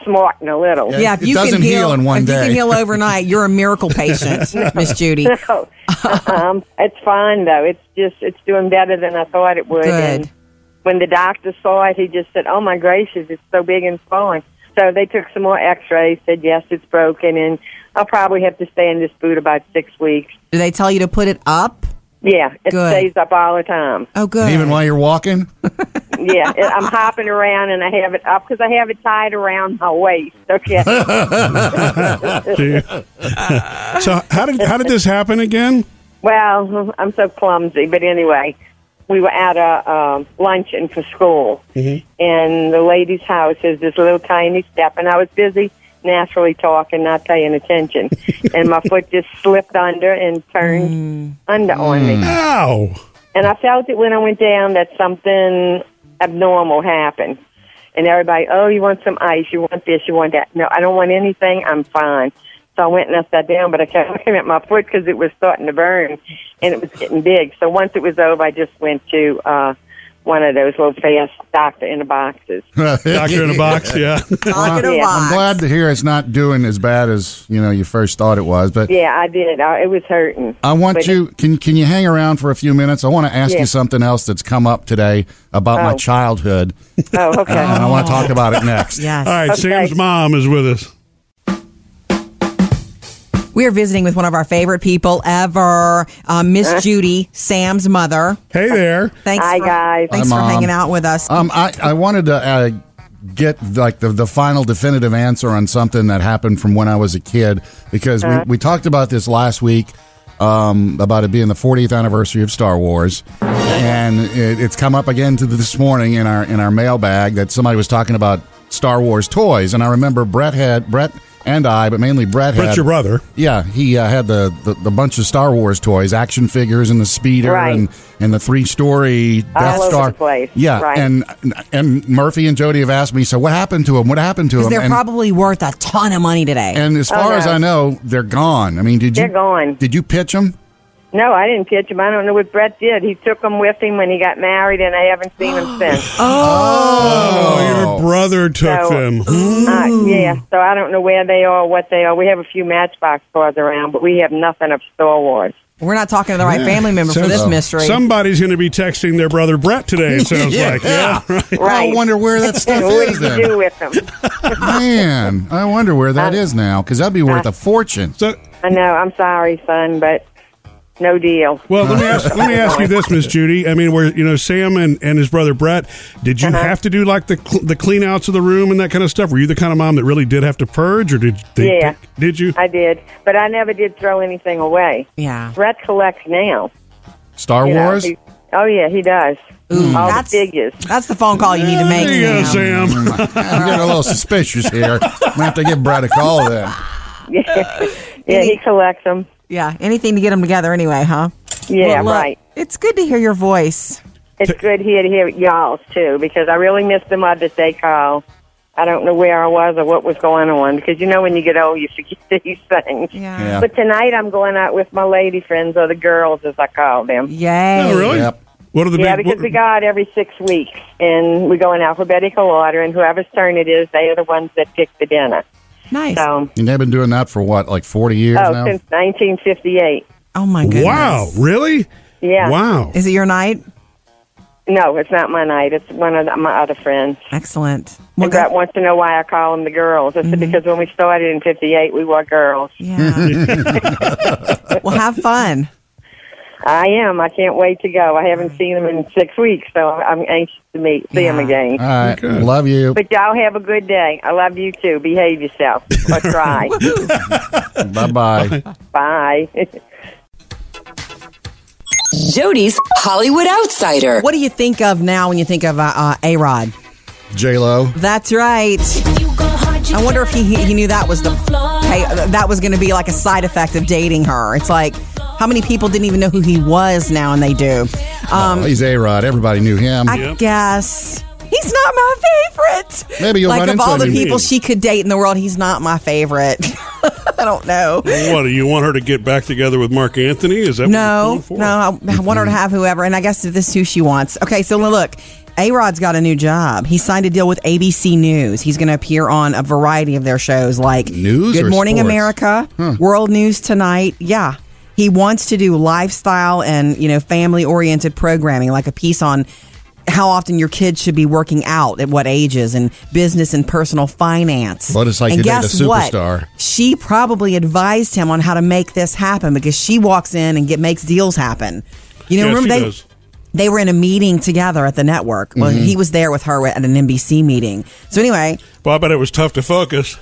smarting a little.
Yeah, if
It
you
doesn't
can
heal
heal,
in one
if
day.
you can heal overnight, you're a
[LAUGHS]
miracle patient, Miss Judy.
No,
[LAUGHS]
um, it's fine though. It's just it's doing better than I thought it would.
Good.
And when the doctor saw it, he just said, "Oh my gracious, it's so big and swollen." So they took some more X-rays. Said yes, it's broken, and I'll probably have to stay in this boot about six weeks.
Do they tell you to put it up?
Yeah, it
Good.
stays up all the time.
Oh, good.
Even while you're walking?
Yeah, it- I'm hopping around and I have it up because I have it tied around my waist. Okay,
[LAUGHS]
Do you- [LAUGHS] so, how did how did this happen again?
Well, I'm so clumsy, but anyway, we were at a um, luncheon for school, and the lady's house is this little tiny step, and I was busy naturally talking, not paying attention, and my foot just slipped under and turned under on me,
Mm. Ow!
and I felt it when I went down that something abnormal happened. And everybody, oh, you want some ice? You want this? You want that? No, I don't want anything. I'm fine. So I went and I sat down, but I kept looking at my foot because it was starting to burn and it was getting big. So once it was over, I just went to uh, one of those little fast doctor in the boxes.
Doctor in a box.
[LAUGHS]
Yeah.
Knock it
Yeah.
off.
I'm glad to hear it's not doing as bad as you know you first thought it was. But
Yeah, I did. I, it was hurting.
I want
But-
you can can you hang around for a few minutes? I want to ask
Yeah.
you something else that's come up today about my
Oh.
childhood,
Oh, okay.
and I want to talk
[LAUGHS]
about it next.
Yes.
All right.
Okay.
Sam's mom is with us.
We are visiting with one of our favorite people ever, uh,
[LAUGHS]
Miss Judy, Sam's mother.
Hey there.
Thanks.
Hi,
for,
guys.
Thanks
Hi,
for
Mom.
hanging out with us.
Um, I I wanted to uh, get like the, the final definitive answer on something that happened from when I was a kid because we, we talked about this last week um, about it being the 40th anniversary of Star Wars, and it, it's come up again to this morning in our in our mailbag that somebody was talking about Star Wars toys, and I remember Brett had Brett and I, but mainly Brett had
Brett's your brother.
yeah, he uh, had the, the the bunch of Star Wars toys, action figures, and the speeder,
Right.
and and the three story Death
over
Star.
the place,
Yeah,
right.
and and Murphy and Jody have asked me, so what happened to him? What happened to him?
Because they're
and,
probably worth a ton of money today.
and as far as I know, they're gone. I mean, did you?
Oh, They're gone.
Did you pitch them?
No, I didn't pitch him. I don't know what Brett did. He took him with him when he got married, and I haven't seen him since.
Oh, your brother took
So-
them.
Uh, yeah, so I don't know where they are, what they are. We have a few Matchbox cars around, but we have nothing of Star Wars.
We're not talking to the right family member for
Sounds-
this mystery.
Somebody's going to be texting their brother Brett today. It sounds like yeah. [LAUGHS] Right.
Right.
I wonder where
[LAUGHS]
that stuff
what
is
did you do
then.
Um, with them?
Man, I wonder where that is now because that'd be
uh,
worth a fortune.
So,
I know. I'm sorry, son, but no deal.
well, let me ask, let me ask you this, Miss Judy. I mean, where you know Sam and, and his brother Brett, did
Uh-huh.
you have to do like the cl- the clean outs of the room and that kind of stuff? Were you the kind of mom that really did have to purge, or did they,
Yeah.
did you?
I did, but I never did throw anything away.
yeah.
Brett collects now.
Star
you know,
Wars.
he- oh yeah, he does. All the
that's-
figures.
That's the phone call you need to make.
There you go,
Sam.
Sam.
Mm, I'm getting a little suspicious here. I'm gonna have to give Brett a call then.
Yeah, he collects them.
Yeah. Anything to get them together anyway, huh?
Yeah,
Well, look,
right.
It's good to hear your voice.
It's good here to hear y'all's too because I really missed the Mother's Day call. I don't know where I was or what was going on because you know when you get old you forget [LAUGHS] these things.
Yeah.
But tonight I'm going out with my lady friends or the girls as I call them.
Yay.
Oh, really?
Yep.
What are the
Yeah,
big,
because
what-
we go out every six weeks and we go in alphabetical order and whoever's turn it is, they are the ones that pick the dinner.
Nice.
So,
And they've been doing that for what, like 40 years
oh,
now?
since 1958.
Oh my goodness.
Wow, really?
Yeah.
Wow.
Is it your night?
No, it's not my night. It's one of the, my other friends.
Excellent.
And Brett wants to know why I call them the girls. I said because when we started in '58, we were girls.
Yeah.
[LAUGHS]
well, have fun.
I am. I can't wait to go. I haven't seen them in six weeks, so I'm anxious to meet see them
Yeah.
again.
All right. Love you.
But y'all have a good day. I love you too. Behave yourself or try.
[LAUGHS] Bye bye.
[LAUGHS]
Bye. [LAUGHS]
Jody's Hollywood Outsider.
What do you think of now when you think of uh, uh, A Rod?
J Lo.
That's right. I wonder if he he knew that was the hey, uh, that was going to be like a side effect of dating her. It's like how many people didn't even know who he was now, and they do. Um,
Oh, he's A Rod. Everybody knew him.
I guess he's not my favorite.
Maybe you'll
like
run
of
into
all the
him, you
people
mean.
she could date in the world, he's not my favorite. [LAUGHS] I don't know.
What do you want her to get back together with Mark Anthony? Is that
No,
what you're going for?
no, I, I want her to have whoever, and I guess this is who she wants. Okay, so look, A Rod's got a new job. He signed a deal with ABC News. He's going to appear on a variety of their shows like
News
Good
or
Morning
sports?
America, World News Tonight. Yeah. He wants to do lifestyle and, you know, family oriented programming, like a piece on how often your kids should be working out at what ages and business and personal finance.
Well, it's like
and
you date a
guess
superstar.
What? She probably advised him on how to make this happen because she walks in and get makes deals happen. You know,
Yeah,
remember
she
they
does.
they were in a meeting together at the network. Well, he was there with her at an NBC meeting. So anyway,
Well, I bet it was tough to focus.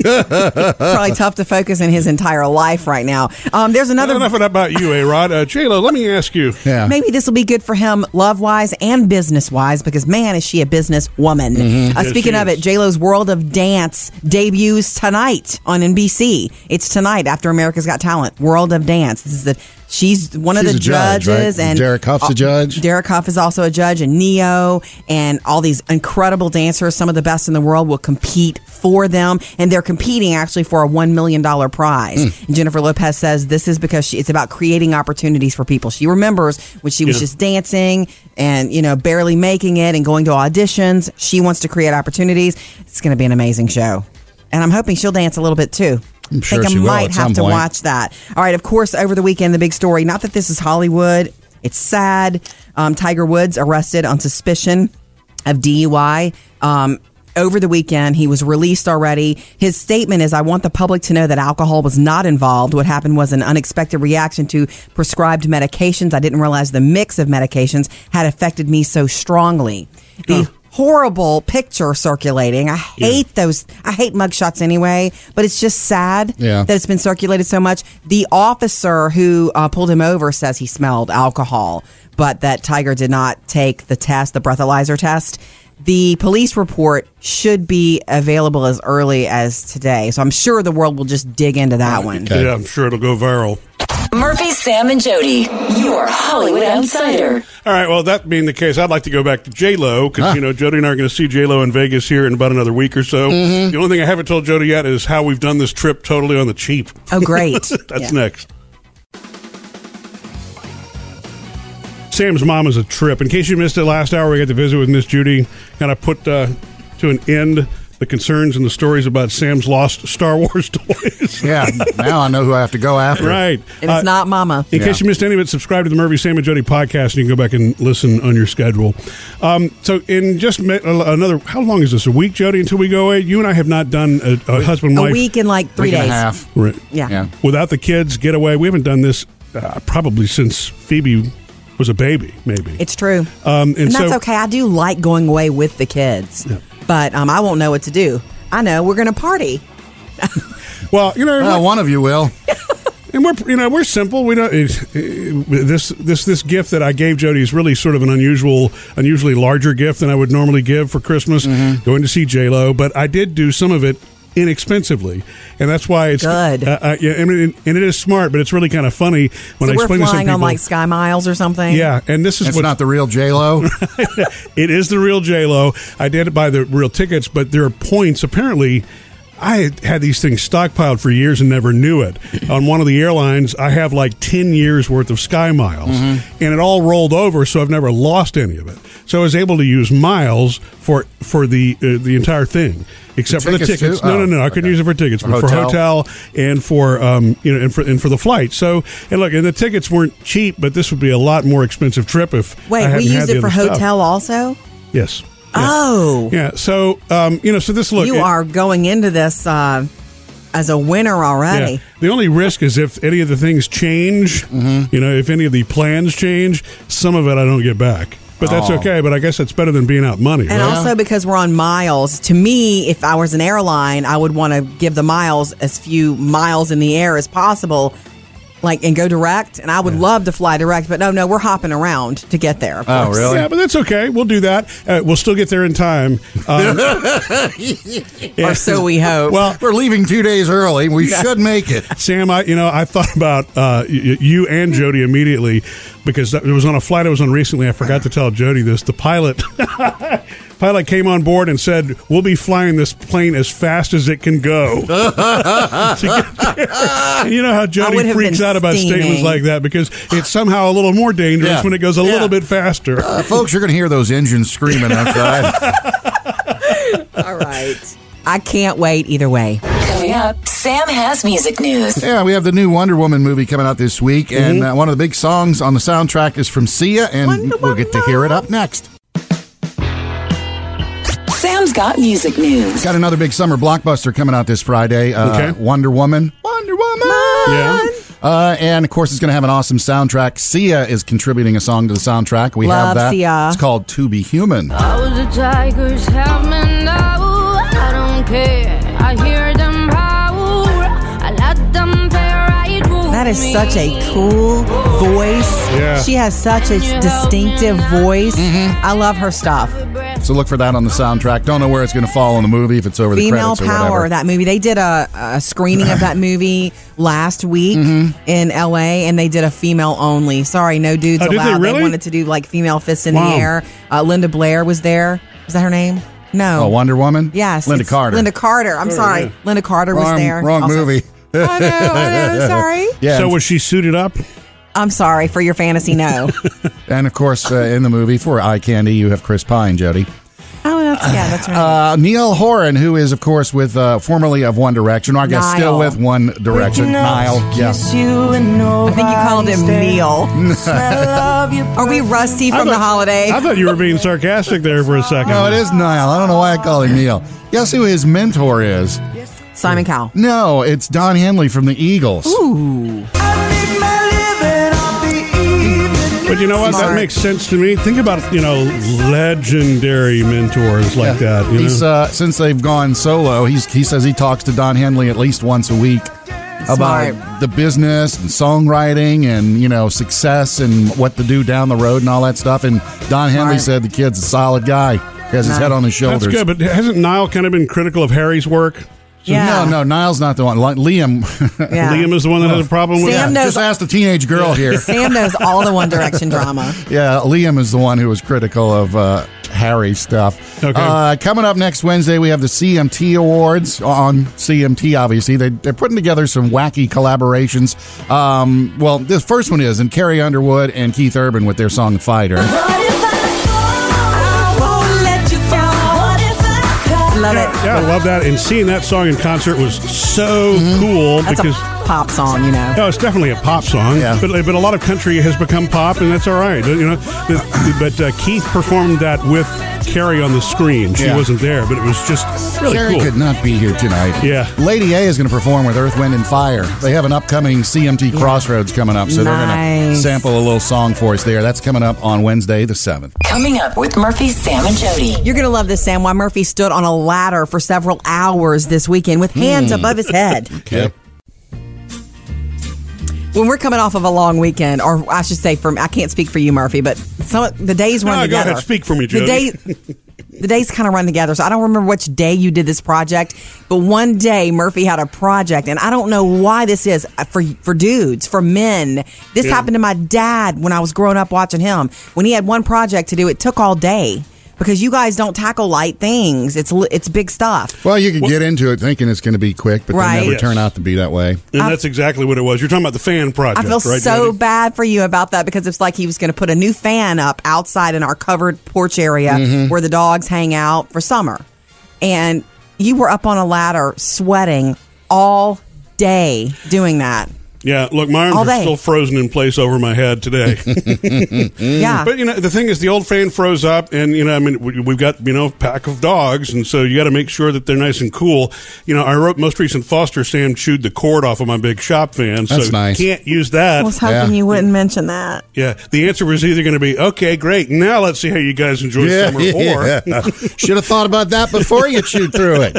probably tough to focus in his entire life right now. Um, there's another.
Enough about you, A Rod. Uh, J Lo, let me ask you.
Yeah.
Maybe this will be good for him love wise and business wise because man, is she a business woman.
Mm-hmm.
Uh, speaking
she
of
is.
it, J Lo's World of Dance debuts tonight on NBC. It's tonight after America's Got Talent. World of Dance. This is the she's one of
She's
the
a judge, right?
judges and
Derek Huff's a
uh,
judge.
Derek Huff is also a judge and Neo and all these incredible dancers, some of the best in the world will compete for them and they're competing actually for a 1 million dollar prize.
Hmm.
And Jennifer Lopez says this is because she, it's about creating opportunities for people. She remembers when she was
Yeah.
just dancing and you know barely making it and going to auditions. She wants to create opportunities. It's going to be an amazing show. And I'm hoping she'll dance a little bit too. I'm
sure
think I
she will
might
at
have
some
to
point.
watch that. All right, of course, over the weekend, the big story. Not that this is Hollywood. It's sad. Um, Tiger Woods arrested on suspicion of DUI. Um, over the weekend, he was released already. His statement is I want the public to know that alcohol was not involved. What happened was an unexpected reaction to prescribed medications. I didn't realize the mix of medications had affected me so strongly. The horrible picture circulating. I hate those. I hate mugshots anyway, but it's just sad
Yeah.
that it's been circulated so much. The officer who uh, pulled him over says he smelled alcohol, but that Tiger did not take the test, the breathalyzer test. The police report should be available as early as today. So I'm sure the world will just dig into that one.
Okay.
Yeah, I'm sure it'll go viral.
Murphy, Sam, and Jody, your Hollywood outsider.
All right. Well, that being the case, I'd like to go back to J Lo because you know Jody and I are going to see J Lo in Vegas here in about another week or so. The only thing I haven't told Jody yet is how we've done this trip totally on the cheap.
Oh, great.
[LAUGHS] That's next. Sam's mom is a trip. In case you missed it last hour, we got to visit with Miss Judy, kind of put uh, to an end the concerns and the stories about Sam's lost Star Wars [LAUGHS] toys.
[LAUGHS] Yeah, now I know who I have to go after.
right.
And it's
Uh,
not mama.
in case you missed any of it, subscribe to the Murphy Sam and Jody podcast, and you can go back and listen on your schedule. Um, so, in just ma- another, how long is this? A week, Jody, until we go away. You and I have not done a, a husband
A
wife
week in like three
Week
days.
and a half.
Right.
Yeah.
Yeah.
without the kids getaway. We haven't done this uh, probably since Phoebe was a baby, maybe.
It's true.
Um, and
and that's
so-
okay. I do like going away with the kids, but um, I won't know what to do. I know we're going to party.
well, you know,
Well, one of you will.
and we're you know we're simple. We don't it, it- this this this gift that I gave Jody is really sort of an unusual, unusually larger gift than I would normally give for Christmas. Going to see J Lo, but I did do some of it inexpensively, and that's why it's
Good.
Uh, uh, yeah, I mean, and it is smart, but it's really kind of funny when I
so we're
explain to some
flying
people.
on like Sky Miles or something.
yeah, and this is
It's
what's
not the real Oh,
[LAUGHS]
J Lo.
it is the real J Lo. I did buy the real tickets, but there are points apparently. I had- had these things stockpiled for years and never knew
[CLEARS THROAT]
it. On one of the airlines, I have like 10 years worth of Sky Miles,
Mm-hmm.
and it all rolled over, so I've never lost any of it. So I was able to use miles for for the uh, the entire thing, except
The
for the
tickets,
tickets.
too?
No, no,
Oh,
no, I couldn't
okay.
use it for tickets,
For
but for
hotel?
hotel and for um you know and for and for the flight. So and look, and the tickets weren't cheap, but this would be a lot more expensive trip if I
Wait,
hadn't
we
had
use
the
it for
other stuff.
hotel also.
Yes.
Oh,
Yeah. So, um, you know, so this look.
you
it-
are going into this uh, as a winner
yeah.
already.
The only risk is if any of the things change,
Mm-hmm.
you know, if any of the plans change, some of it I don't get back. But that's
Oh.
okay. But I guess that's better than being out money.
And
right?
also because we're on miles, to me, if I was an airline, I would want to give the miles as few miles in the air as possible, like and go direct. And I would love to fly direct, but no, no, we're hopping around to get there. of
Oh,
course.
really?
Yeah, but that's okay. We'll do that. Uh, we'll still get there in time.
[LAUGHS]
Um, [LAUGHS] yeah.
Or so we
[LAUGHS]
hope.
Well,
We're leaving two days early. We should make it.
Sam, I you know I thought about uh, y- y- you and Jody immediately because that- it was on a flight I was on recently. I forgot to tell Jody this. The pilot [LAUGHS] pilot came on board and said, "We'll be flying this plane as fast as it can go." [LAUGHS] To get there. And you know how
I would
Jody
have
freaks
been
out about statements
steaming.
like that because it's somehow a little more dangerous
Yeah.
when it goes a
Yeah.
little bit faster.
Uh, folks, you're going to hear those engines screaming
[LAUGHS]
outside.
All right. I can't wait either way.
Coming up, Sam has music news.
yeah, we have the new Wonder Woman movie coming out this week, and uh, one of the big songs on the soundtrack is from Sia, and
Mm-hmm. Wonder
we'll get to hear it up next.
Sam's got music news.
Got another big summer blockbuster coming out this Friday. Uh,
Okay.
Wonder Woman. Wonder Woman.
Yeah.
Uh, and of course, it's going to have an awesome soundtrack. Sia is contributing a song to the soundtrack. We have
Love
that.
Sia.
It's called "To Be Human."
I was the tigers have me now. I don't care. I hear them howl. I let them play right with
That is
me.
such a cool voice.
Yeah.
She has such a distinctive voice. I love her stuff.
So look for that on the soundtrack. Don't know where it's going to fall in the movie if it's over the
Female
credits or whatever.
Power, that movie. They did a, a screening of that movie last week in LA, and they did a female only. Sorry, no dudes
Oh, did they
allowed.
really?
wanted to do like female fists in
Wow.
the air. Uh, Linda Blair was there. Is that her name? No.
oh, Wonder Woman.
Yes.
Linda
it's
Carter.
Linda Carter. I'm sorry.
yeah.
Linda Carter
wrong,
was there.
Wrong
Also-
movie.
I know. I know. Sorry.
Yeah.
So
and,
was she suited up?
I'm sorry for your fantasy. No.
and of course, uh, in the movie for eye candy, you have Chris Pine, Jody.
oh, that's yeah. That's right.
Uh, Neil Horan, who is of course with uh, formerly of One Direction, or I guess
Niall.
still with One Direction. Nile. Yeah.
I think you called him Neil. [LAUGHS] Are we rusty from the holiday?
I thought you were being sarcastic there for a second.
No, Oh, it is Niall. I don't know why I call him Neil. Guess who his mentor is?
Simon Cowell.
No, it's Don Henley from the Eagles.
Ooh.
But But you know what? That
Smart.
makes sense to me. Think about you know legendary mentors like that. You
He's
know?
uh, since they've gone solo. He's he says he talks to Don Henley at least once a week about
Smart.
the business and songwriting and you know success and what to do down the road and all that stuff. And Don Henley said
Smart.
the kid's a solid guy. He has his head on his shoulders.
That's good. But hasn't Niall kind of been critical of Harry's work?
Yeah.
No, no, Niall's not the one. Li- Liam. [LAUGHS]
Yeah.
Liam is the one that has a problem with.
Sam
it?
knows-
Just ask the teenage girl
[LAUGHS]
here.
Sam knows all the One Direction drama.
Yeah, Liam is the one who was critical of uh, Harry stuff.
Okay.
Uh, coming up next Wednesday, we have the CMT Awards on CMT, obviously. They, they're putting together some wacky collaborations. Um, well, the first one is, and Carrie Underwood and Keith Urban with their song Fighter.
Love it.
Yeah, I love that. And seeing that song in concert was so cool
Mm-hmm. That's
because.
a pop song, you know.
No, it's definitely a pop song,
Yeah.
but but a lot of country has become pop, and that's all right. You know, but, but uh, Keith performed that with Carrie on the screen. She
Yeah.
wasn't there, but it was just really
Carrie
cool.
could not be here tonight.
Yeah.
Lady A is going to perform with Earth, Wind, and Fire. They have an upcoming CMT Crossroads coming up, so they're going to
Nice.
sample a little song for us there. That's coming up on Wednesday the 7th.
Coming up with Murphy, Sam, and Jody.
You're going to love this, Sam. Why Murphy stood on a ladder for several hours this weekend with hands
Hmm.
above his head.
[LAUGHS]
Okay.
When we're coming off of a long weekend, or I should say, from I can't speak for you, Murphy, but some the days run
No, go
together.
ahead. Speak for me, Jody.
The day, the days kind of run together. So I don't remember which day you did this project, but one day Murphy had a project, and I don't know why this is uh, for for dudes, for men. This
Yeah.
happened to my dad when I was growing up watching him. When he had one project to do, it took all day because you guys don't tackle light things. It's li- it's big stuff.
Well, you could get into it thinking it's going to be quick, but
Right.
they never
Yes.
turn out to be that way.
and that's exactly what it was. You're talking about the fan
I
project,
feel
right?
so
Jody?
bad for you about that because it's like he was going to put a new fan up outside in our covered porch area
Mm-hmm.
where the dogs hang out for summer. And you were up on a ladder sweating all day doing that.
Yeah, look, my arms
All
are
day.
still frozen in place over my head
[LAUGHS]
today.
Yeah.
Mm. But you know, the thing is, the old fan froze up, and you know, I mean, we, we've got you know, a pack of dogs, and so you got to make sure that they're nice and cool. You know, I wrote most recent foster Sam chewed the cord off of my big shop fan, so
That's nice.
can't use that.
I was hoping
Yeah.
you wouldn't mention that.
yeah, the answer was either going to be okay, great, now let's see how you guys enjoy
[LAUGHS]
summer, or
should have thought about that before you chewed through it.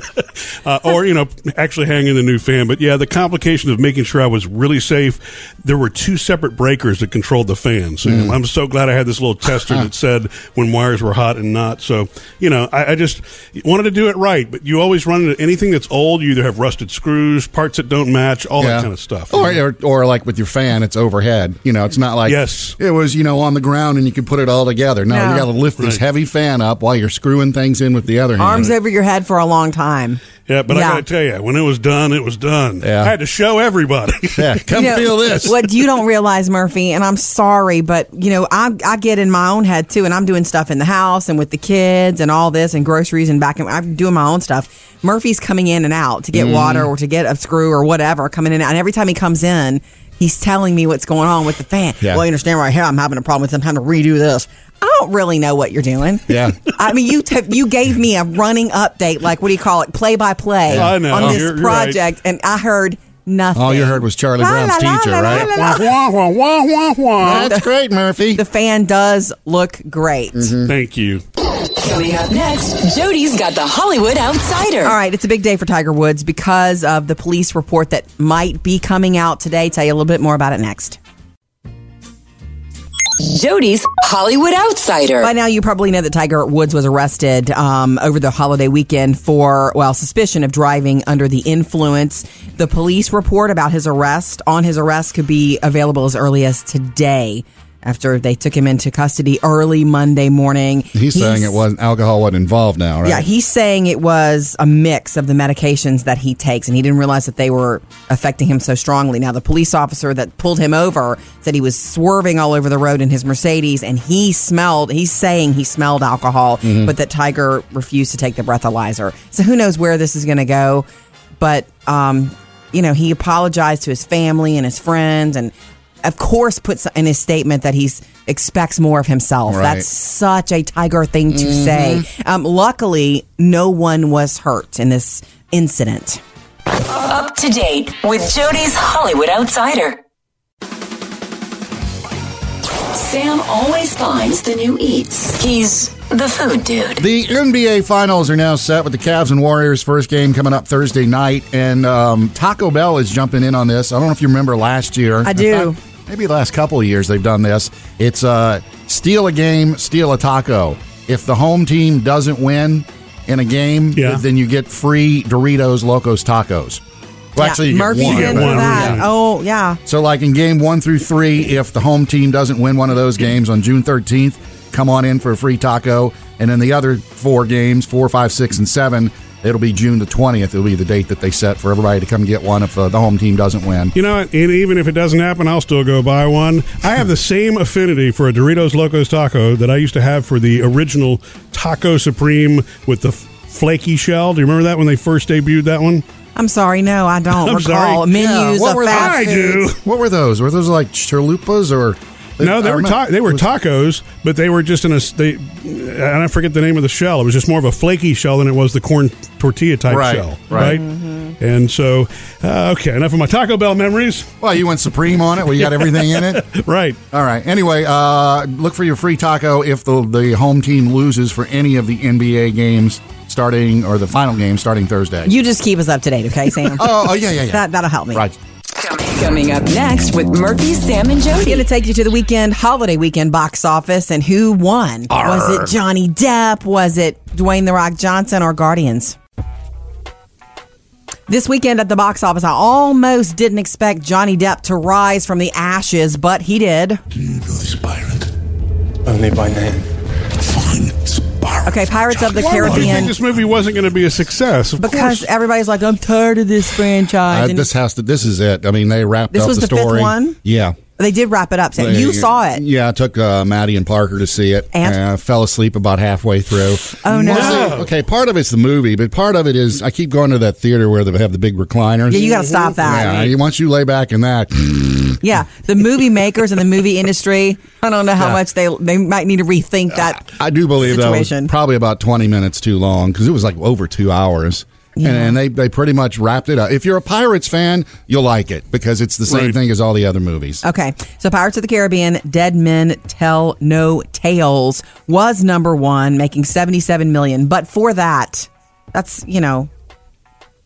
uh, or you know, actually hanging the new fan. But yeah, the complication of making sure I was really safe. There were two separate breakers that controlled the fan. So
Mm.
I'm so glad I had this little tester that said when wires were hot and not. So you know, I, I just wanted to do it right. But you always run into anything that's old. You either have rusted screws, parts that don't match, all that kind of stuff.
Or, or, or like with your fan, it's overhead. You know, it's not like
Yes.
it was, you know, on the ground and you could put it all together. No,
No.
you got to lift this
Right.
heavy fan up while you're screwing things in with the other
Arms
hand.
over your head for a long time.
yeah, but I got to tell you, when it was done, it was done.
Yeah.
I had to show everybody.
yeah, come
You know,
feel this.
What you don't realize, Murphy, and I'm sorry, but you know, I I get in my own head too, and I'm doing stuff in the house and with the kids and all this and groceries and back and I'm doing my own stuff. Murphy's coming in and out to get water or to get a screw or whatever, coming in and out. And every time he comes in, he's telling me what's going on with the fan.
Yeah.
Well, you understand right here, I'm having a problem with. it. I'm having to redo this. I don't really know what you're doing.
Yeah.
[LAUGHS] I mean, you t- you gave me a running update, like what do you call it, play by play
I know.
on this
You're- you're right.
project, and I heard nothing.
All you heard was Charlie
La,
Brown's
la, la,
teacher,
la, la,
right?
la,
[LAUGHS]
la.
Wah, wah, wah, wah, wah, wah.
That's great, Murphy.
The fan does look great.
Mm-hmm.
Thank you.
Coming up next, Jody's got the Hollywood Outsider.
All right, it's a big day for Tiger Woods because of the police report that might be coming out today. Tell you a little bit more about it next.
Jody's Hollywood Outsider.
By now, you probably know that Tiger Woods was arrested um, over the holiday weekend for, well, suspicion of driving under the influence. The police report about his arrest on his arrest could be available as early as today after they took him into custody early Monday morning.
He's, saying it wasn't alcohol wasn't involved now, right?
Yeah, he's saying it was a mix of the medications that he takes, and he didn't realize that they were affecting him so strongly. Now, the police officer that pulled him over said he was swerving all over the road in his Mercedes, and he smelled, he's saying he smelled alcohol, but that Tiger refused to take the breathalyzer. So who knows where this is going to go, but, um, you know, he apologized to his family and his friends and. Of course, puts in his statement that he's expects more of
Right.
himself.
Mm-hmm.
That's such a tiger thing to say. Um, luckily, no one was hurt in this incident.
Up to date with Jody's Hollywood Outsider. Sam always finds the new eats. He's the food dude.
The NBA Finals are now set with the Cavs and Warriors first game coming up Thursday night, and um, Taco Bell is jumping in on this. I don't know if you remember last year.
I
In
do.
fact, maybe the last couple of years they've done this. It's uh, steal a game, steal a taco. If the home team doesn't win in a game,
Yeah.
then you get free Doritos Locos Tacos. Well,
Yeah,
actually, you
Murphy's
get one.
You
in
but-
for that.
Yeah.
Oh yeah,
So, like in game one through three, if the home team doesn't win one of those games on June 13th, come on in for a free taco. And then the other four games, four, five, six, and seven, it'll be June the 20th. It'll be the date that they set for everybody to come get one if uh, the home team doesn't win.
You know, what? and even if it doesn't happen, I'll still go buy one. I have the same affinity for a Doritos Locos Taco that I used to have for the original Taco Supreme with the f- flaky shell. Do you remember that when they first debuted that one?
I'm sorry. No,
[LAUGHS]
I don't
I'm
recall
sorry.
menus
Yeah, what
of
were
fast
I do.
foods.
What were those? Were those like chalupas or.
No, they
I
were
remember-
ta- they were
was-
tacos, but they were just in a s- they, and I forget the name of the shell. It was just more of a flaky shell than it was the corn tortilla type
Right,
shell,
right.
right? And so, uh, okay, enough of my Taco Bell memories. [LAUGHS]
Well, you went supreme on it. Well, you got everything in it.
Right?
All right. Anyway, uh, look for your free taco if the the home team loses for any of the NBA games starting or the final game starting Thursday.
You just keep us up to date, okay, Sam?
[LAUGHS] oh, oh, yeah, yeah, yeah.
that that'll help me.
right.
Coming up next with Murphy, Sam, and
Going to
Jody.
take you to the weekend holiday weekend box office and who won? Was it Johnny Depp? Was it Dwayne the Rock Johnson or Guardians? This weekend at the box office, I almost didn't expect Johnny Depp to rise from the ashes, but he did.
Do you know this pirate?
Only by name.
Fine, it's Barra.
Okay, Pirates of the
Why would you think
Caribbean.
this movie wasn't going to be a success? Of
Because
course.
everybody's like, I'm tired of this franchise.
Uh,
And
this has to. This is it. I mean, they wrapped
This
up
was
the
the fifth
story.
one?
Yeah.
they did wrap it up. Sam. you
They-
saw it.
Yeah, I took uh, Maddie and Parker to see it.
And?
uh, fell asleep about halfway through.
Oh, no.
Mostly- okay, part of it's the movie, but part of it is I keep going to that theater where they have the big recliners.
Yeah, you got to stop that.
Yeah, you- once you lay back in that,
Yeah, the movie makers and the movie industry. I don't know how
Yeah.
much they they might need to rethink that.
I do believe that
situation.
was probably about 20 minutes too long because it was like over two hours. And, and they, they pretty much wrapped it up. If you're a Pirates fan, you'll like it because it's the same
Right.
thing as all the other movies.
Okay, so Pirates of the Caribbean: Dead Men Tell No Tales was number one, making seventy-seven million. But for that, that's you know,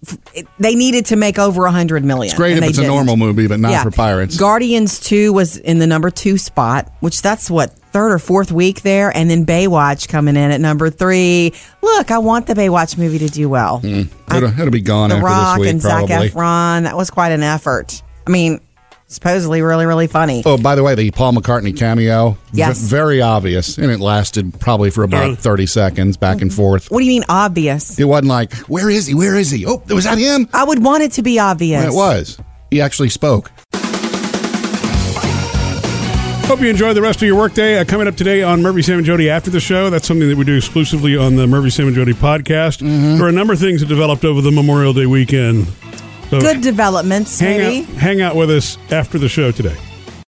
f- it, they needed to make over a hundred million.
Great
and
if
they
it's a
didn't.
normal movie, but not for Pirates.
Guardians Two was in the number two spot, which that's what third or fourth week there, and then Baywatch coming in at number three. Look, I want the Baywatch movie to do well.
Mm. it'll, it'll be gone
The
after
Rock
this week,
and Zac
probably.
Efron. That was quite an effort. I mean, supposedly really, really funny.
Oh, by the way, the Paul McCartney cameo, v-
Yes.
very obvious, and it lasted probably for about
Uh.
30 seconds back and forth.
What do you mean obvious?
It wasn't like, where is he? Where is he? Oh, was that him?
I would want it to be obvious.
It was. He actually spoke.
Hope you enjoy the rest of your workday. Uh, coming up today on Murphy, Sam, and Jody after the show. That's something that we do exclusively on the Murphy, Sam, and Jody podcast.
Mm-hmm.
There are a number of things that developed over the Memorial Day weekend. So
Good developments,
hang
maybe.
out, hang out with us after the show today.